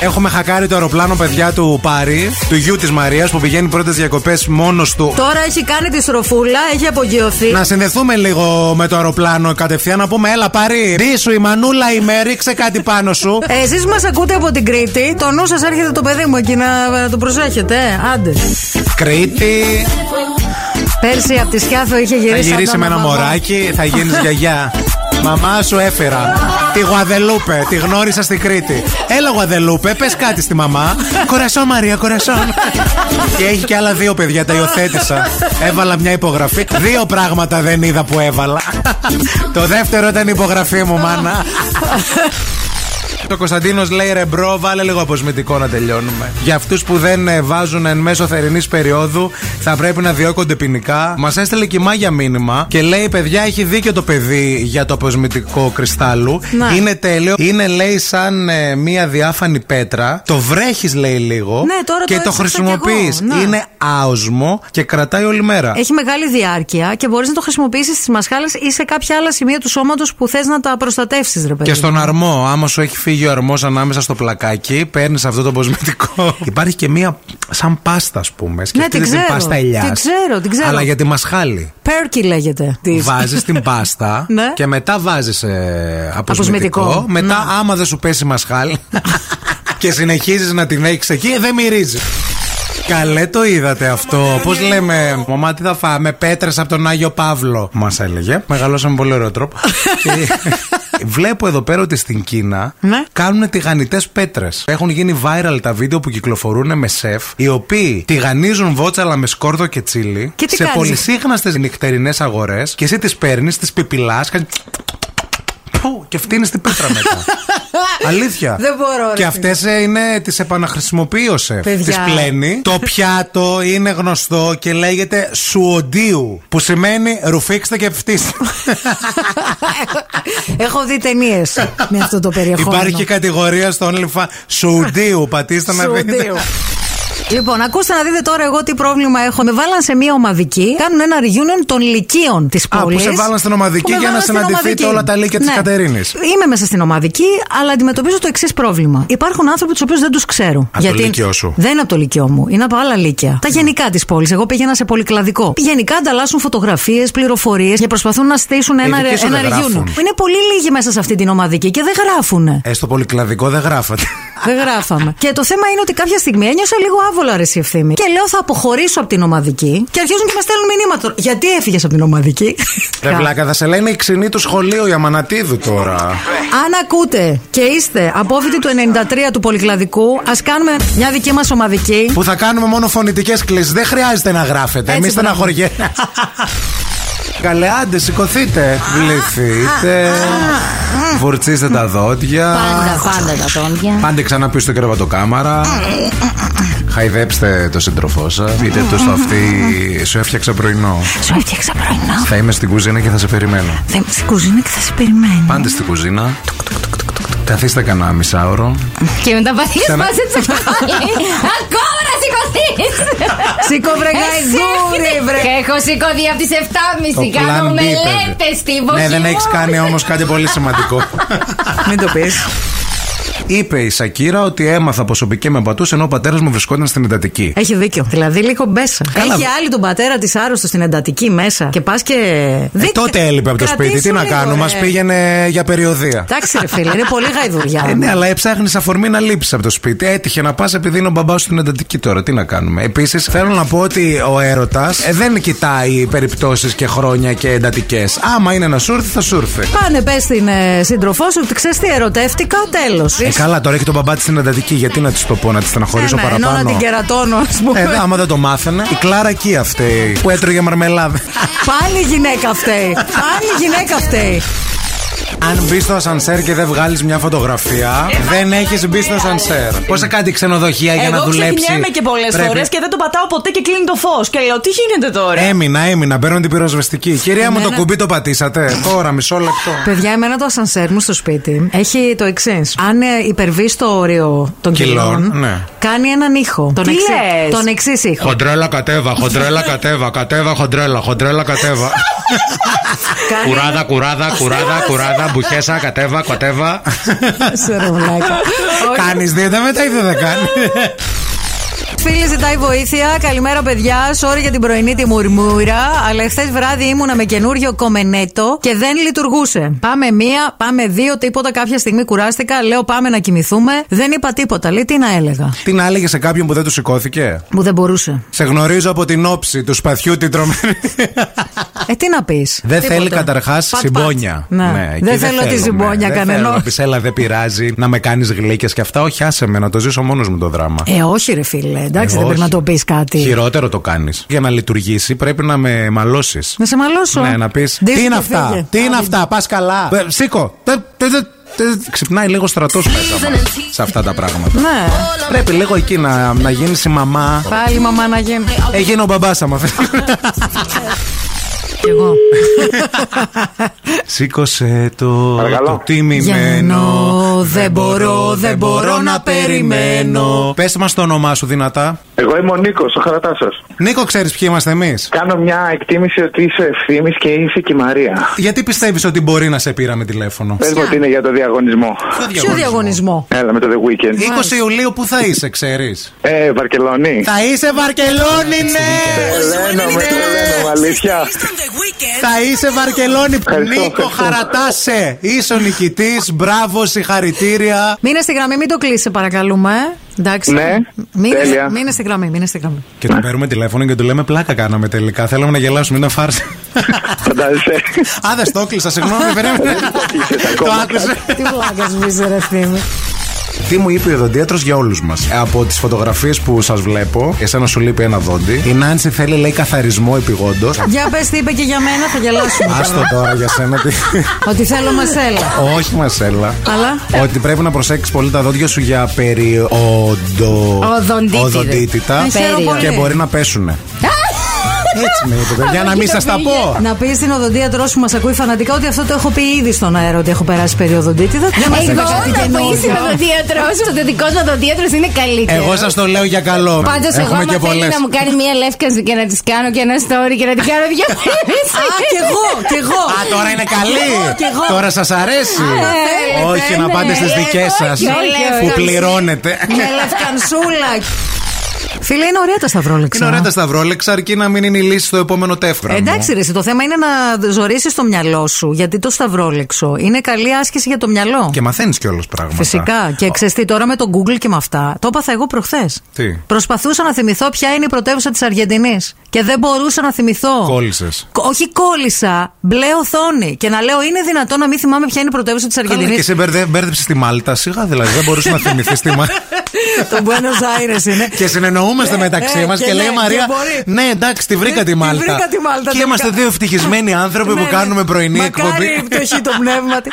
Έχουμε χακάρει το αεροπλάνο, παιδιά του Πάρη, του γιου της Μαρίας που πηγαίνει πρώτες διακοπές μόνο του.
Τώρα έχει κάνει τη στροφούλα, έχει απογειωθεί.
Να συνδεθούμε λίγο με το αεροπλάνο κατευθείαν να πούμε: Έλα, Πάρη, ντύσου η μανούλα η μέρη, ρίξε κάτι πάνω σου.
Ε, Εσείς μας ακούτε από την Κρήτη, το νου σας έρχεται το παιδί μου εκεί να, να το προσέχετε, ε, άντε.
Κρήτη,
Πέρσι από τη Σκιάθο είχε
θα
γυρίσει
γυρίσει
σαν
με ένα
τον Αβαμό.
μωράκι, θα γίνεις γιαγιά. Μαμά σου έφερα. Τη Γουαδελούπε, τη γνώρισα στη Κρήτη. Έλα, Γουαδελούπε, πες κάτι στη μαμά. Κορασόν, Μαρία, κορασόν. και έχει και άλλα δύο παιδιά, τα υιοθέτησα. Έβαλα μια υπογραφή. Δύο πράγματα δεν είδα που έβαλα. Το δεύτερο ήταν η υπογραφή μου, μάνα. Το Κωνσταντίνος λέει ρε μπρο, βάλε λίγο αποσμητικό να τελειώνουμε. Για αυτούς που δεν ε, βάζουν εν μέσω θερινής περίοδου, θα πρέπει να διώκονται ποινικά. Μας έστειλε και η Μάγια μήνυμα και λέει: Παιδιά, έχει δίκιο το παιδί για το αποσμητικό κρυστάλλου.
Να.
Είναι τέλειο. Είναι, λέει, σαν ε, μία διάφανη πέτρα. Το βρέχεις, λέει, λίγο.
Ναι, τώρα
και
το
το,
έψαξα κι εγώ.
χρησιμοποιεί.
Να.
Είναι άοσμο και κρατάει όλη μέρα.
Έχει μεγάλη διάρκεια και μπορείς να το χρησιμοποιήσεις στις μασχάλες ή σε κάποια άλλα σημεία του σώματος που θες να τα προστατεύσεις ρε παιδί.
Και στον αρμό, άμα σου έχει φύγει ο αρμός ανάμεσα στο πλακάκι, παίρνεις αυτό το κοσμητικό. Υπάρχει και μία σαν πάστα, ας πούμε. Σκεφτείτε
Ναι, την ξέρω.
πάστα ελιάς.
Την ξέρω, την ξέρω.
Αλλά για τη μασχάλη.
Perky λέγεται. της.
Βάζεις την πάστα
Ναι.
και μετά βάζεις ε, αποσμητικό.
Αποσμητικό. Ναι.
Μετά, άμα δεν σου πέσει η μασχάλη και συνεχίζεις να την έχεις εκεί, δεν μυρίζει. Καλέ το είδατε
Ναι,
αυτό. Πώ λέμε, Μαμά, τι θα φάμε, πέτρες από τον Άγιο Παύλο. Μας έλεγε. Μεγαλώσαμε πολύ ωραίο τρόπο. και... Βλέπω εδώ πέρα ότι στην Κίνα
Ναι.
κάνουν τηγανιτές πέτρες. Έχουν γίνει viral τα βίντεο που κυκλοφορούν με σεφ, οι οποίοι τηγανίζουν βότσαλα με σκόρδο και τσίλι
Και τι
σε
κάνεις?
πολυσύχναστε νυχτερινές αγορές και εσύ τις παίρνεις, τις πιπηλάς, κάνεις. Πού, και φτύνει την πέτρα μετά. Αλήθεια.
Δεν μπορώ, ρε
Και αυτέ είναι τις επαναχρησιμοποίησε.
Παιδιά.
Τις πλένει. Το πιάτο είναι γνωστό και λέγεται σουοντίου. Που σημαίνει ρουφήξτε και φτύστε.
Έχω δει ταινίες με αυτό το περιεχόμενο.
Υπάρχει και κατηγορία στο OnlyFans σουοντίου. Πατήστε να δείτε.
Σουντίου. Λοιπόν, ακούστε να δείτε τώρα εγώ τι πρόβλημα έχω. Με βάλαν σε μία ομαδική. Κάνουν ένα reunion των λυκείων της
Α,
πόλη.
που σε βάλαν στην ομαδική για να συναντηθείτε όλα τα λύκια της Κατερίνης.
Είμαι μέσα Ναι. στην ομαδική, αλλά αντιμετωπίζω το εξής πρόβλημα. Υπάρχουν άνθρωποι τους οποίους δεν τους ξέρω.
το λύκειο σου. Ναι.
Δεν είναι από το λυκειό μου, είναι από άλλα λύκεια. Τα γενικά της πόλης. Εγώ πήγαινα σε πολυκλαδικό. Γενικά ανταλλάσσουν φωτογραφίες, πληροφορίες και προσπαθούν να στήσουν ένα,
δικοί
ρε-
Ε, σου
ένα
δεν γράφουν.
reunion. Είναι πολύ λίγοι μέσα σε αυτή την ομαδική και δεν γράφουνε.
Ε, στο πολυκλαδικό δεν γράφατε.
Δεν γράφαμε. και το θέμα είναι ότι κάποια στιγμή ένιωσα λίγο άβολα ρε εσύ, ευθύμη. Και λέω θα αποχωρήσω από την ομαδική και αρχίζουν και μα στέλνουν μηνύματα. Γιατί έφυγες από την ομαδική.
Ρε βλάκα, θα σε λένε η ξενή του σχολείου, η Αμανατίδου τώρα.
Αν ακούτε και είστε απόφοιτοι του 93 του Πολυκλαδικού, ας κάνουμε μια δική μας ομαδική.
Που θα κάνουμε μόνο φωνητικές κλήσεις. Δεν χρειάζεται να γράφετε.
Έτσι,
Εμείς
μπράβο.
στεναχωριέται. Καλέ, άντε, σηκωθείτε. Βληθείτε. Βουρτσίστε τα δόντια.
Πάντα, πάντα τα τόνια.
Πάντε ξανά πίσω στο κρεβατοκάμαρα. Χαϊδέψτε το σύντροφό σας. Πείτε του στο αυτή. Σου έφτιαξα πρωινό.
Σου έφτιαξα πρωινό.
Θα είμαι στην κουζίνα και θα σε περιμένω.
Θα είμαι στην κουζίνα και θα σε περιμένω.
Πάντε στην κουζίνα. Καθίστε κανένα μισάωρο.
Και μετά παθείς
Ξανά.
μας έτσι Ακόμα να σηκωθείς Ε,
Σήκω βρε
Εσύ.
γαϊδούρι, βρε.
Έχω σηκωθεί από τις 7.30 Κάνω
B, παιδί.
μελέτες τίποτα
Ναι, δεν έχεις κάνει όμως κάτι πολύ σημαντικό.
Μην το πεις.
Είπε η Σακύρα ότι έμαθα πω ο Μπικέ με πατούσε ενώ ο πατέρας μου βρισκόταν στην εντατική.
Έχει δίκιο. Δηλαδή λίγο μπέσα. Έχει άλλη τον πατέρα της άρρωστο στην εντατική μέσα και πας και.
Ε,
Δεν-
τότε έλειπε από το
κρατήσου
σπίτι. Τι να
λίγο,
κάνω,
ρε.
μας πήγαινε για περιοδία.
Εντάξει, ρε φίλε, είναι πολύ γαϊδουριά.
Ε, ναι, αλλά έψαχνεις αφορμή να λείψεις από το σπίτι. Έτυχε να πας επειδή είναι ο μπαμπάς σου στην εντατική τώρα. Τι να κάνουμε. Επίσης, θέλω να πω ότι ο έρωτας δεν κοιτάει περιπτώσεις και χρόνια και εντατικές. Άμα είναι να σου έρθει, θα σου έρθει.
Πάνε, πες στην ε, σύντροφό σου ότι ξέρεις τι ερωτεύτηκα, τέλος.
Ε, καλά, τώρα έχει τον μπαμπά της στην εντατική. Γιατί να της το πω, να της στεναχωρήσω
Ε, ναι, ενώ να
παραπάνω.
την κερατώνω, ας πούμε.
Ε, δε, άμα δεν το μάθαινε. Η Κλάρα εκεί αυτή που έτρωγε μαρμελάδα.
Πάλι η γυναίκα φταίει. Πάλι η γυναίκα φταίει.
Αν μπεις στο ασανσέρ και δεν βγάλεις μια φωτογραφία,
Ε,
δεν έχεις μπει στο ασανσέρ. Πώ θα κάνει ξενοδοχεία για να
Εγώ
δουλέψει.
ξεχνιέμαι και πολλές
Πρέπει-
φορές και δεν το πατάω ποτέ και κλείνει το φως. Και λέω, τι γίνεται τώρα.
Έμεινα, έμεινα. Παίρνω την πυροσβεστική. Κυρία μου, το κουμπί το πατήσατε. Τώρα, μισό λεπτό.
Παιδιά, εμένα το ασανσέρ μου στο σπίτι έχει το εξής. Αν ε, υπερβεί το όριο των
Κιλών,
κιλών,
ναι.
κάνει έναν ήχο. Τον
Τι
εξή-
λες?
Τον εξής ήχο.
Χοντρέλα κατέβα, χοντρέλα κατέβα, κατέβα χοντρέλα, χοντρέλα κατέβα.
Κάνει
κουράδα, κουράδα, κουράδα, κουράδα, μπουχέσα, κατέβα, κατέβα.
Σε ρε βλάκα.
Κάνει δίαιτα μετά ή δεν θα κάνει.
Φίλη ζητάει βοήθεια. Καλημέρα, παιδιά. Sorry για την πρωινή τη μουρμούρα. Αλλά χθε βράδυ ήμουνα με καινούριο κομμενέτο και δεν λειτουργούσε. Πάμε μία, πάμε δύο, τίποτα. Κάποια στιγμή κουράστηκα. Λέω πάμε να κοιμηθούμε. Δεν είπα τίποτα. Λέει τι να έλεγα.
Τι να έλεγε σε κάποιον που δεν του σηκώθηκε.
Μου δεν μπορούσε.
Σε γνωρίζω από την όψη του σπαθιού την τρομένη.
Ε, τι να πεις.
Δεν θέλει καταρχά συμπόνια.
Ναι.
εκεί
δεν θέλω τη
θέλουμε.
συμπόνια
Δεν θέλω να
κανένα.
πεις, έλα, δεν πειράζει να με κάνεις γλύκες και αυτά. Όχι, άσε με να το ζήσω μόνος μου το δράμα.
Ε, όχι, ρε φίλε. Εντάξει,
Ε,
δεν πρέπει
όχι.
να το πεις κάτι.
Χειρότερο το κάνεις. Για να λειτουργήσει πρέπει να με μαλώσεις.
Να σε μαλώσω.
Ναι, να πεις. Τι είναι αυτά, τι είναι αυτά, πας καλά. Ε, Σήκω. Ε, ε, ε, ε, Ξυπνάει λίγο στρατός μέσα μας σε αυτά τα πράγματα.
Ναι,
Πρέπει λίγο εκεί να, να γίνεις η μαμά.
πάλι μαμά να γίνει.
Έγινε ο μπαμπάς άμα θες.
Κι εγώ.
Σήκωσε το,
Παρακαλώ.
το τιμημένο.
Γιάννο, δεν μπορώ, δεν μπορώ να περιμένω.
Πες μας το όνομά σου δυνατά.
Εγώ είμαι ο Νίκος, ο χαρατάς
Νίκο, ξέρεις ποιοι είμαστε εμείς.
Κάνω μια εκτίμηση ότι είσαι ευθύνη και είσαι και η Μαρία.
Γιατί πιστεύεις ότι μπορεί να σε πήραμε τηλέφωνο.
Πες μου ότι είναι για το διαγωνισμό.
Ποιο διαγωνισμό.
Έλα με το The Weekend.
20 Ιουλίου που θα είσαι, ξέρεις.
Ε, Βαρκελόνη.
θα είσαι Βαρκελόνη, ναι!
Ελένα, με Ελένα, αλήθεια.
Θα είσαι Βαρκελόνη.
Ευχαριστώ,
Νίκο,
ευχαριστώ.
χαρατάσαι. Είσαι ο νικητής. Μπράβο, συγχαρητήρια.
Μείνε στη γραμμή, μην το κλείσει, παρακαλούμε. ε. Εντάξει.
Ναι,
Μείνε,
τέλεια.
μείνε στη γραμμή, μείνε στη γραμμή.
Και τον παίρνουμε τηλέφωνο και του λέμε πλάκα κάναμε τελικά. Θέλαμε να γελάσουμε, ήταν φάρσα.
Φαντάζεσαι.
Α, δεν στο κλείσα, συγγνώμη, περίμενε.
κλείσες
Το
ακόμα.
άκουσε.
Τι βλάκα μου ρε Θήμη.
Τι μου είπε ο δοντίατρο για όλους μας. Από τις φωτογραφίες που σας βλέπω, εσένα σου λείπει ένα δόντι. Η Νάνση θέλει, λέει, καθαρισμό επιγόντως.
Για πες τι είπε και για μένα, θα γελάσουμε.
Άστο τώρα για σένα. τι-
Ότι θέλω μασέλα.
Όχι, Μασέλα.
Αλλά.
Ότι πρέπει να προσέξεις πολύ τα δόντια σου για περιοδο...
Οδοντίτιδες.
οδοντίτητα
Ε, χαίρομαι
Περίοδο.
πολύ.
και μπορεί να πέσουνε. Έτσι με είπε, παιδιά, να μην σας τα πω.
Να πεις στην οδοντίατρό που μας ακούει φανατικά ότι αυτό το έχω πει ήδη στον αέρα ότι έχω περάσει περιοδοντίτιδα. Δεν μας
Εγώ
είπες κάτι
να πω
καινούριο.
είσαι οδοντίατρο. Ο δικό μου οδοντίατρο είναι καλύτερο.
Εγώ σας το λέω για καλό.
Πάντως, εγώ
Έχουμε
άμα
και
θέλει
πολλές.
να μου κάνει μία λεύκανση και να της κάνω και ένα story και να την κάνω δυο φορές.
Α, κι εγώ, κι εγώ.
Α, τώρα είναι καλή.
Κι εγώ.
Τώρα σας αρέσει.
θέλετε,
Όχι, να
ναι.
πάτε στις
Ε,
δικές
όχι,
σας.
όχι, όχι.
Που πληρώνετε.
Με λευκανσούλα. Φίλε, είναι ωραία τα σταυρόλεξα.
Είναι ωραία τα σταυρόλεξα, αρκεί να μην είναι η λύση στο επόμενο τεύχρο.
Εντάξει, ρε, εσύ, το θέμα είναι να ζωρίσεις το μυαλό σου. Γιατί το σταυρόλεξο είναι καλή άσκηση για το μυαλό.
Και μαθαίνεις κιόλας πράγματα.
Φυσικά. Και ξεστή τώρα με το Google και με αυτά. Το έπαθα εγώ προχθές.
Τι?
Προσπαθούσα να θυμηθώ ποια είναι η πρωτεύουσα της Αργεντινής. Και δεν μπορούσα να θυμηθώ.
Κόλλησες.
Κο- Όχι κόλλησα, μπλε οθόνη. Και να λέω, είναι δυνατόν να μην θυμάμαι ποια είναι η πρωτεύουσα της
Καλά, και
Αργεντινή.
σε μπερδε- μπέρδεψες στη Μάλτα, σιγά δηλαδή. Δεν μπορούσες να θυμηθείς τη Μάλτα.
το Buenos Aires είναι.
Και συνεννοούμαστε μεταξύ
ε,
μας και,
και
λέει η
λέει,
Μαρία.
και μπορεί.
Ναι, εντάξει, τη βρήκα
Τη-
τη
τη
Μάλτα.
βρήκα τη Μάλτα,
Και
τελικά.
είμαστε δύο ευτυχισμένοι άνθρωποι
Ναι,
που
ναι.
κάνουμε πρωινή
Μακάρι
εκπομπή.
πτωχή το πνεύμα τη.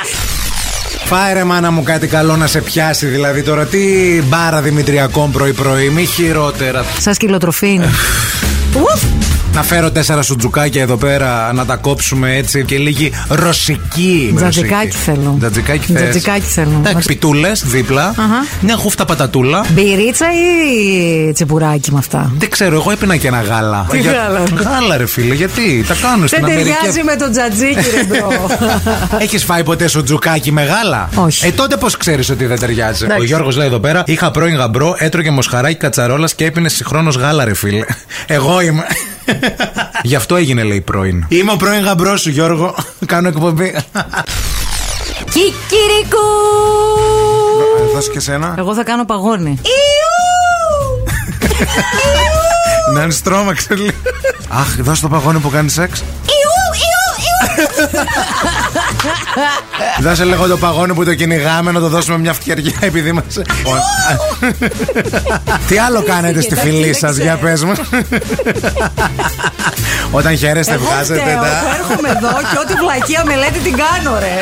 Φάερε μάνα μου κάτι καλό να σε πιάσει δηλαδή τώρα. Τι μπάρα Δημητριακών πρωί-πρωί, μη χειρότερα.
Σα κυλοτροφή είναι. Ουφ!
Να φέρω τέσσερα σουτζουκάκια εδώ πέρα, να τα κόψουμε έτσι και λίγη ρωσική.
Τζατζικάκι
ρωσική.
θέλω.
Τζατζικάκι θες.
Τζατζικάκι θέλω.
Εντάξει, πιτούλες δίπλα.
Αχα.
Μια χούφτα πατατούλα.
Μπυρίτσα ή τσιπουράκι με αυτά.
Δεν ξέρω, εγώ έπαινα και ένα γάλα.
Τι γάλα?
Γάλα, ρε φίλε, γιατί τα κάνουν στην
Δεν
Αμερική.
ταιριάζει με τον τζατζίκι, ρε μπρο.
Έχεις φάει ποτέ σου τζουκάκι με γάλα.
Όχι.
Ε, τότε πώς ξέρεις ότι δεν ταιριάζει. Ο
Εντάξει.
Γιώργος λέει εδώ πέρα: Είχα πρώην γαμπρό, έτρωγε μοσχαράκι κατσαρόλας και έπινε συγχρόνως γάλα, ρε φίλε. Εγώ είμαι. Γι' αυτό έγινε, λέει πρώην. Είμαι ο πρώην γαμπρός σου, Γιώργο. Κάνω εκπομπή.
Κικυρικού!
Δώσω και σένα.
Εγώ θα κάνω παγόνι.
Να είναι στρώμαξε λίγο. Αχ, δώσ' το παγόνι που κάνεις σεξ. Δώσε λίγο το παγόνι που το κυνηγάμε να το δώσουμε μια φτιαριά επειδή μας. Τι άλλο κάνετε στη φυλή σα, για πες μου. Όταν χαίρεστε,
Εγώ φταίω,
βγάζετε ναι.
που
τα.
έρχομαι εδώ και ό,τι βλακεία μελέτη την κάνω, ρε.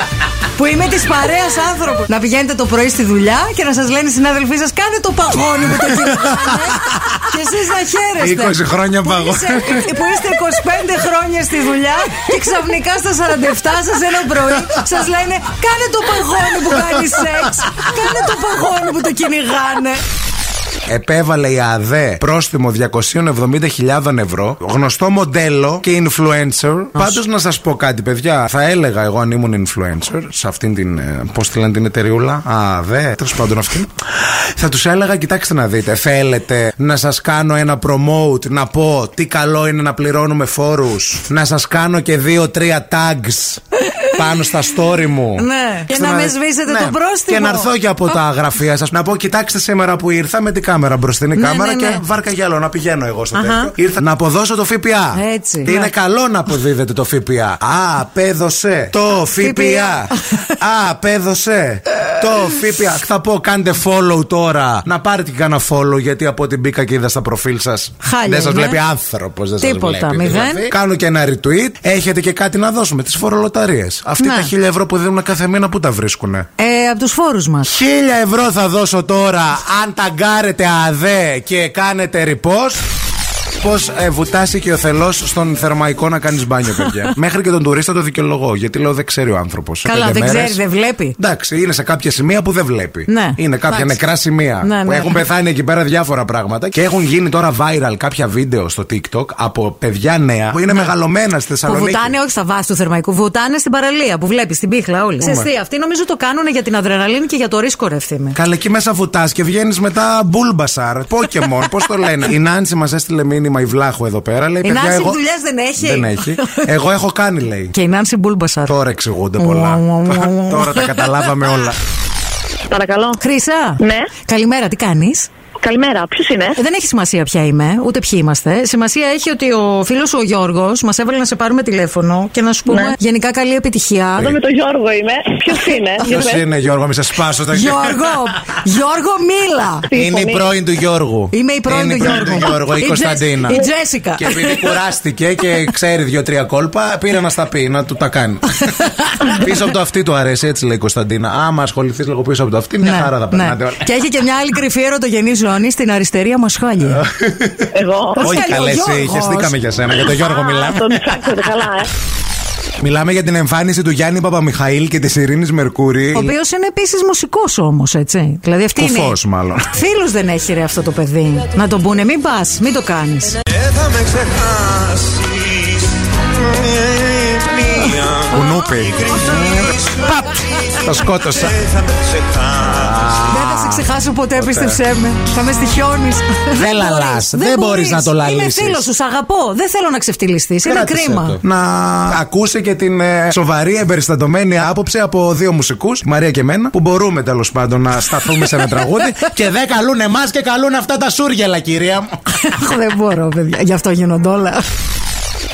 Που είμαι της παρέας άνθρωπος. Να πηγαίνετε το πρωί στη δουλειά και να σας λένε οι συνάδελφοί σας: Κάνε το παγόνι με το κυνηγάνε. και εσείς να χαίρεστε.
20 χρόνια
Που
παγόνι.
είστε- Που είστε 25 χρόνια στη δουλειά και ξαφνικά στα 47 σας ένα πρωί σας λένε: Κάνε το παγόνι που κάνει σεξ. Κάνε το παγόνι που το κυνηγάνε.
Επέβαλε η ΑΔΕ πρόστιμο 270.000 ευρώ, γνωστό μοντέλο και influencer. Πάντως να σας πω κάτι, παιδιά. Θα έλεγα εγώ αν ήμουν influencer σε αυτήν την. Πώς τη λένε την εταιρεούλα, ΑΔΕ, τέλος πάντων αυτή. Θα τους έλεγα, κοιτάξτε να δείτε, θέλετε να σας κάνω ένα promote, να πω τι καλό είναι να πληρώνουμε φόρους, να σας κάνω και δύο-τρία tags πάνω στα story μου.
Ναι. Και να
Ξανα-
με σβήσετε το πρόστιμο.
Και να έρθω και από τα γραφεία σας. Να πω, κοιτάξτε σήμερα που ήρθα με την κάμερα μπροστινή
Ναι,
κάμερα
ναι, ναι.
και βάρκα γυαλό να πηγαίνω εγώ στο
Αχα.
τέτοιο. Ήρθα να αποδώσω το ΦΠΑ.
Έτσι.
Είναι
Ναι.
καλό να αποδίδεται το ΦΠΑ. Α, απέδωσε το ΦΠΑ. Α, απέδωσε το ΦΠΑ. Θα πω, κάντε follow τώρα. Να πάρετε και κανένα follow γιατί από την μπήκα και είδα στα προφίλ σας.
Χάλια
Δεν σας
είναι.
βλέπει άνθρωπος. Δεν σας
Τίποτα,
βλέπει,
μηδέν.
δηλαδή. Κάνω και ένα retweet. Έχετε και κάτι να δώσουμε. Τις φορολοταρίες. Αυτοί
Ναι.
τα χίλια ευρώ που δίνουν κάθε μήνα, πού τα βρίσκουνε.
Ε, από τους φόρους μας.
Χίλια ευρώ θα δώσω τώρα αν ταγκάρετε αδέ και κάνετε ρηπός Πώς ε, βουτάσει και ο θελός στον θερμαϊκό να κάνεις μπάνιο, παιδιά. Μέχρι και τον τουρίστα το δικαιολογώ, γιατί λέω δεν ξέρει ο άνθρωπος. Σε
Καλά,
πέντε
δεν
μέρες-
ξέρει, δεν βλέπει.
Εντάξει, είναι σε κάποια σημεία που δεν βλέπει.
Ναι.
Είναι κάποια
Εντάξει.
νεκρά σημεία
Ναι,
που
ναι.
έχουν πεθάνει εκεί πέρα διάφορα πράγματα και έχουν γίνει τώρα viral κάποια βίντεο στο TikTok από παιδιά νέα που είναι μεγαλωμένα στη
Που
Θεσσαλονίκη.
βουτάνε, όχι στα βάθη του θερμαϊκού, βουτάνε στην παραλία που βλέπεις, στην πύχλα όλοι. Σε τι, αυτοί νομίζω το κάνουν για την αδρεναλίνη και για το ρίσκο ρε ευθύμη.
Καλέ, εκεί μέσα βουτάς και βγαίνεις μετά μπούλμπασαρ, Πόκεμον, πώς το λένε. Η Νάνση μας έστειλε μήνυμα η Βλάχου εδώ πέρα. Λέει,
Η
«Παιδιά,
Νάνση
εγώ...
δουλειάς δεν έχει».
Δεν έχει. εγώ έχω κάνει, λέει.
Και η Νάνση Μπούλμπασαρ.
Τώρα εξηγούνται πολλά.
Ουα, ουα, ουα, ουα.
Τώρα τα καταλάβαμε όλα.
Παρακαλώ.
Χρυσά.
Ναι.
Καλημέρα, τι κάνεις.
Καλημέρα. Ποιος είναι?
Ε.
Δεν έχει σημασία ποια είμαι, ούτε ποιοι είμαστε. Σημασία έχει ότι ο φίλος ο Γιώργος μας έβαλε να σε πάρουμε τηλέφωνο και να σου πούμε
Ναι.
γενικά καλή επιτυχία.
Εδώ με τον Γιώργο είμαι. Ποιος είναι? γιατί
Ποιο
με-
είναι, Γιώργο, μη σε σπάσω τα
Γιώργο, Γιώργο, μίλα.
Τι
Είναι η
φωνή.
πρώην του Γιώργου.
Είμαι η πρώην
Είναι
του Γιώργου.
Γιώργου, η
Τζες-
Κωνσταντίνα.
η Τζέσικα.
Και επειδή κουράστηκε και ξέρει δύο-τρία κόλπα, πήρε να στα πει, να του τα κάνει. πίσω από το αυτή του αρέσει, έτσι λέει η Κωνσταντίνα. Άμα ασχοληθείς λίγο πίσω από το αυτή, μια
Ναι,
χαρά θα
ναι.
περνάτε όλα.
Και έχει και μια άλλη κρυφή ερωτογενή σου Μακαρόνι στην αριστερή μα
Ε,
χάλια.
Εγώ.
Πώς
Όχι
θέλει ο
καλά, εσύ
Γιώργος.
χεστήκαμε για σένα, για τον Γιώργο μιλάμε.
Α, Τον ψάξατε καλά, ε.
Μιλάμε για την εμφάνιση του Γιάννη Παπαμιχαήλ και της Ειρήνης Μερκούρη.
Ο οποίος είναι επίσης μουσικός όμως, έτσι. Δηλαδή αυτή είναι.
Κουφός, μάλλον.
Φίλο δεν έχει ρε αυτό το παιδί. Να τον πούνε, μην πας, μην το κάνεις.
Ε, θα με ξεχάσεις Μία
Κουνούπι. Παπ! Το σκότωσα.
Δεν θα με ξεχάσεις
Δεν θα σε ξεχάσω ποτέ, πίστεψέ με. Θα με στοιχιώνεις.
Δεν λαλάς, δεν μπορείς να το λαλήσεις.
Είμαι φίλος σου, σ' αγαπώ. Δεν θέλω να ξεφτυλιστείς. Είναι
Κράτησε το.
κρίμα.
Να ακούσει και την ε, σοβαρή εμπεριστατωμένη άποψη από δύο μουσικούς, Μαρία και εμένα, που μπορούμε τέλος πάντων να σταθούμε σε ένα τραγούδι. και δεν καλούν εμάς και καλούν αυτά τα σούργελα, κυρία μου.
Αχ, δεν μπορώ, παιδιά. Γι' αυτό γίνονται όλα.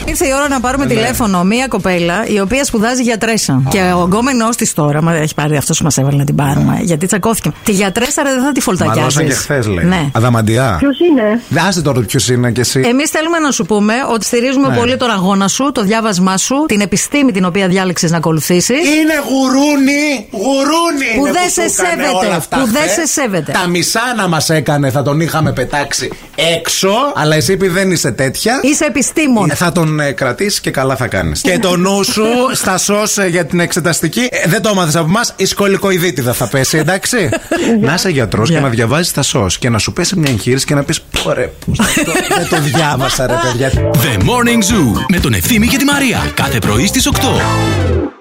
Ήρθε η ώρα να πάρουμε
Ναι.
τηλέφωνο μία κοπέλα η οποία σπουδάζει γιατρέσα. Και ο γκόμενός της τώρα, μα έχει πάρει αυτός που μας έβαλε να την πάρουμε, γιατί τσακώθηκε. Τη γιατρέσα ρε, δεν θα τη φολτακιάσεις.
Μαλώσαν και χθες, λέει.
Ναι. Ε,
Αδαμαντιά.
Ποιος είναι.
Άσε τώρα ποιος είναι και εσύ.
Εμείς θέλουμε να σου πούμε ότι στηρίζουμε
Ναι.
πολύ τον αγώνα σου, το διάβασμά σου, την επιστήμη την οποία διάλεξες να ακολουθήσεις.
Είναι γουρούνι, γουρούνι!
Που
είναι
δεν σε
σου έκανε
σέβεται,
όλα αυτά
που δεν
χθες.
σε σέβεται.
Τα μισά να μας έκανε, θα τον είχαμε πετάξει έξω. Αλλά εσύ επειδή δεν είσαι τέτοια.
Είσαι επιστήμον.
Θα τον ε, κρατήσεις και καλά θα κάνεις. και το νου σου στα σως ε, για την εξεταστική. Ε, δεν το έμαθες από εμάς. Η σκολικοειδίτιδα θα πέσει, εντάξει. να είσαι γιατρός και να διαβάζεις τα σως και να σου πέσει μια εγχείρηση και να πεις Ωραία, πώς δεν το- δεν το διάβασα, ρε παιδιά.
The Morning Zoo με τον Ευθύμη και τη Μαρία. Κάθε πρωί στις 8.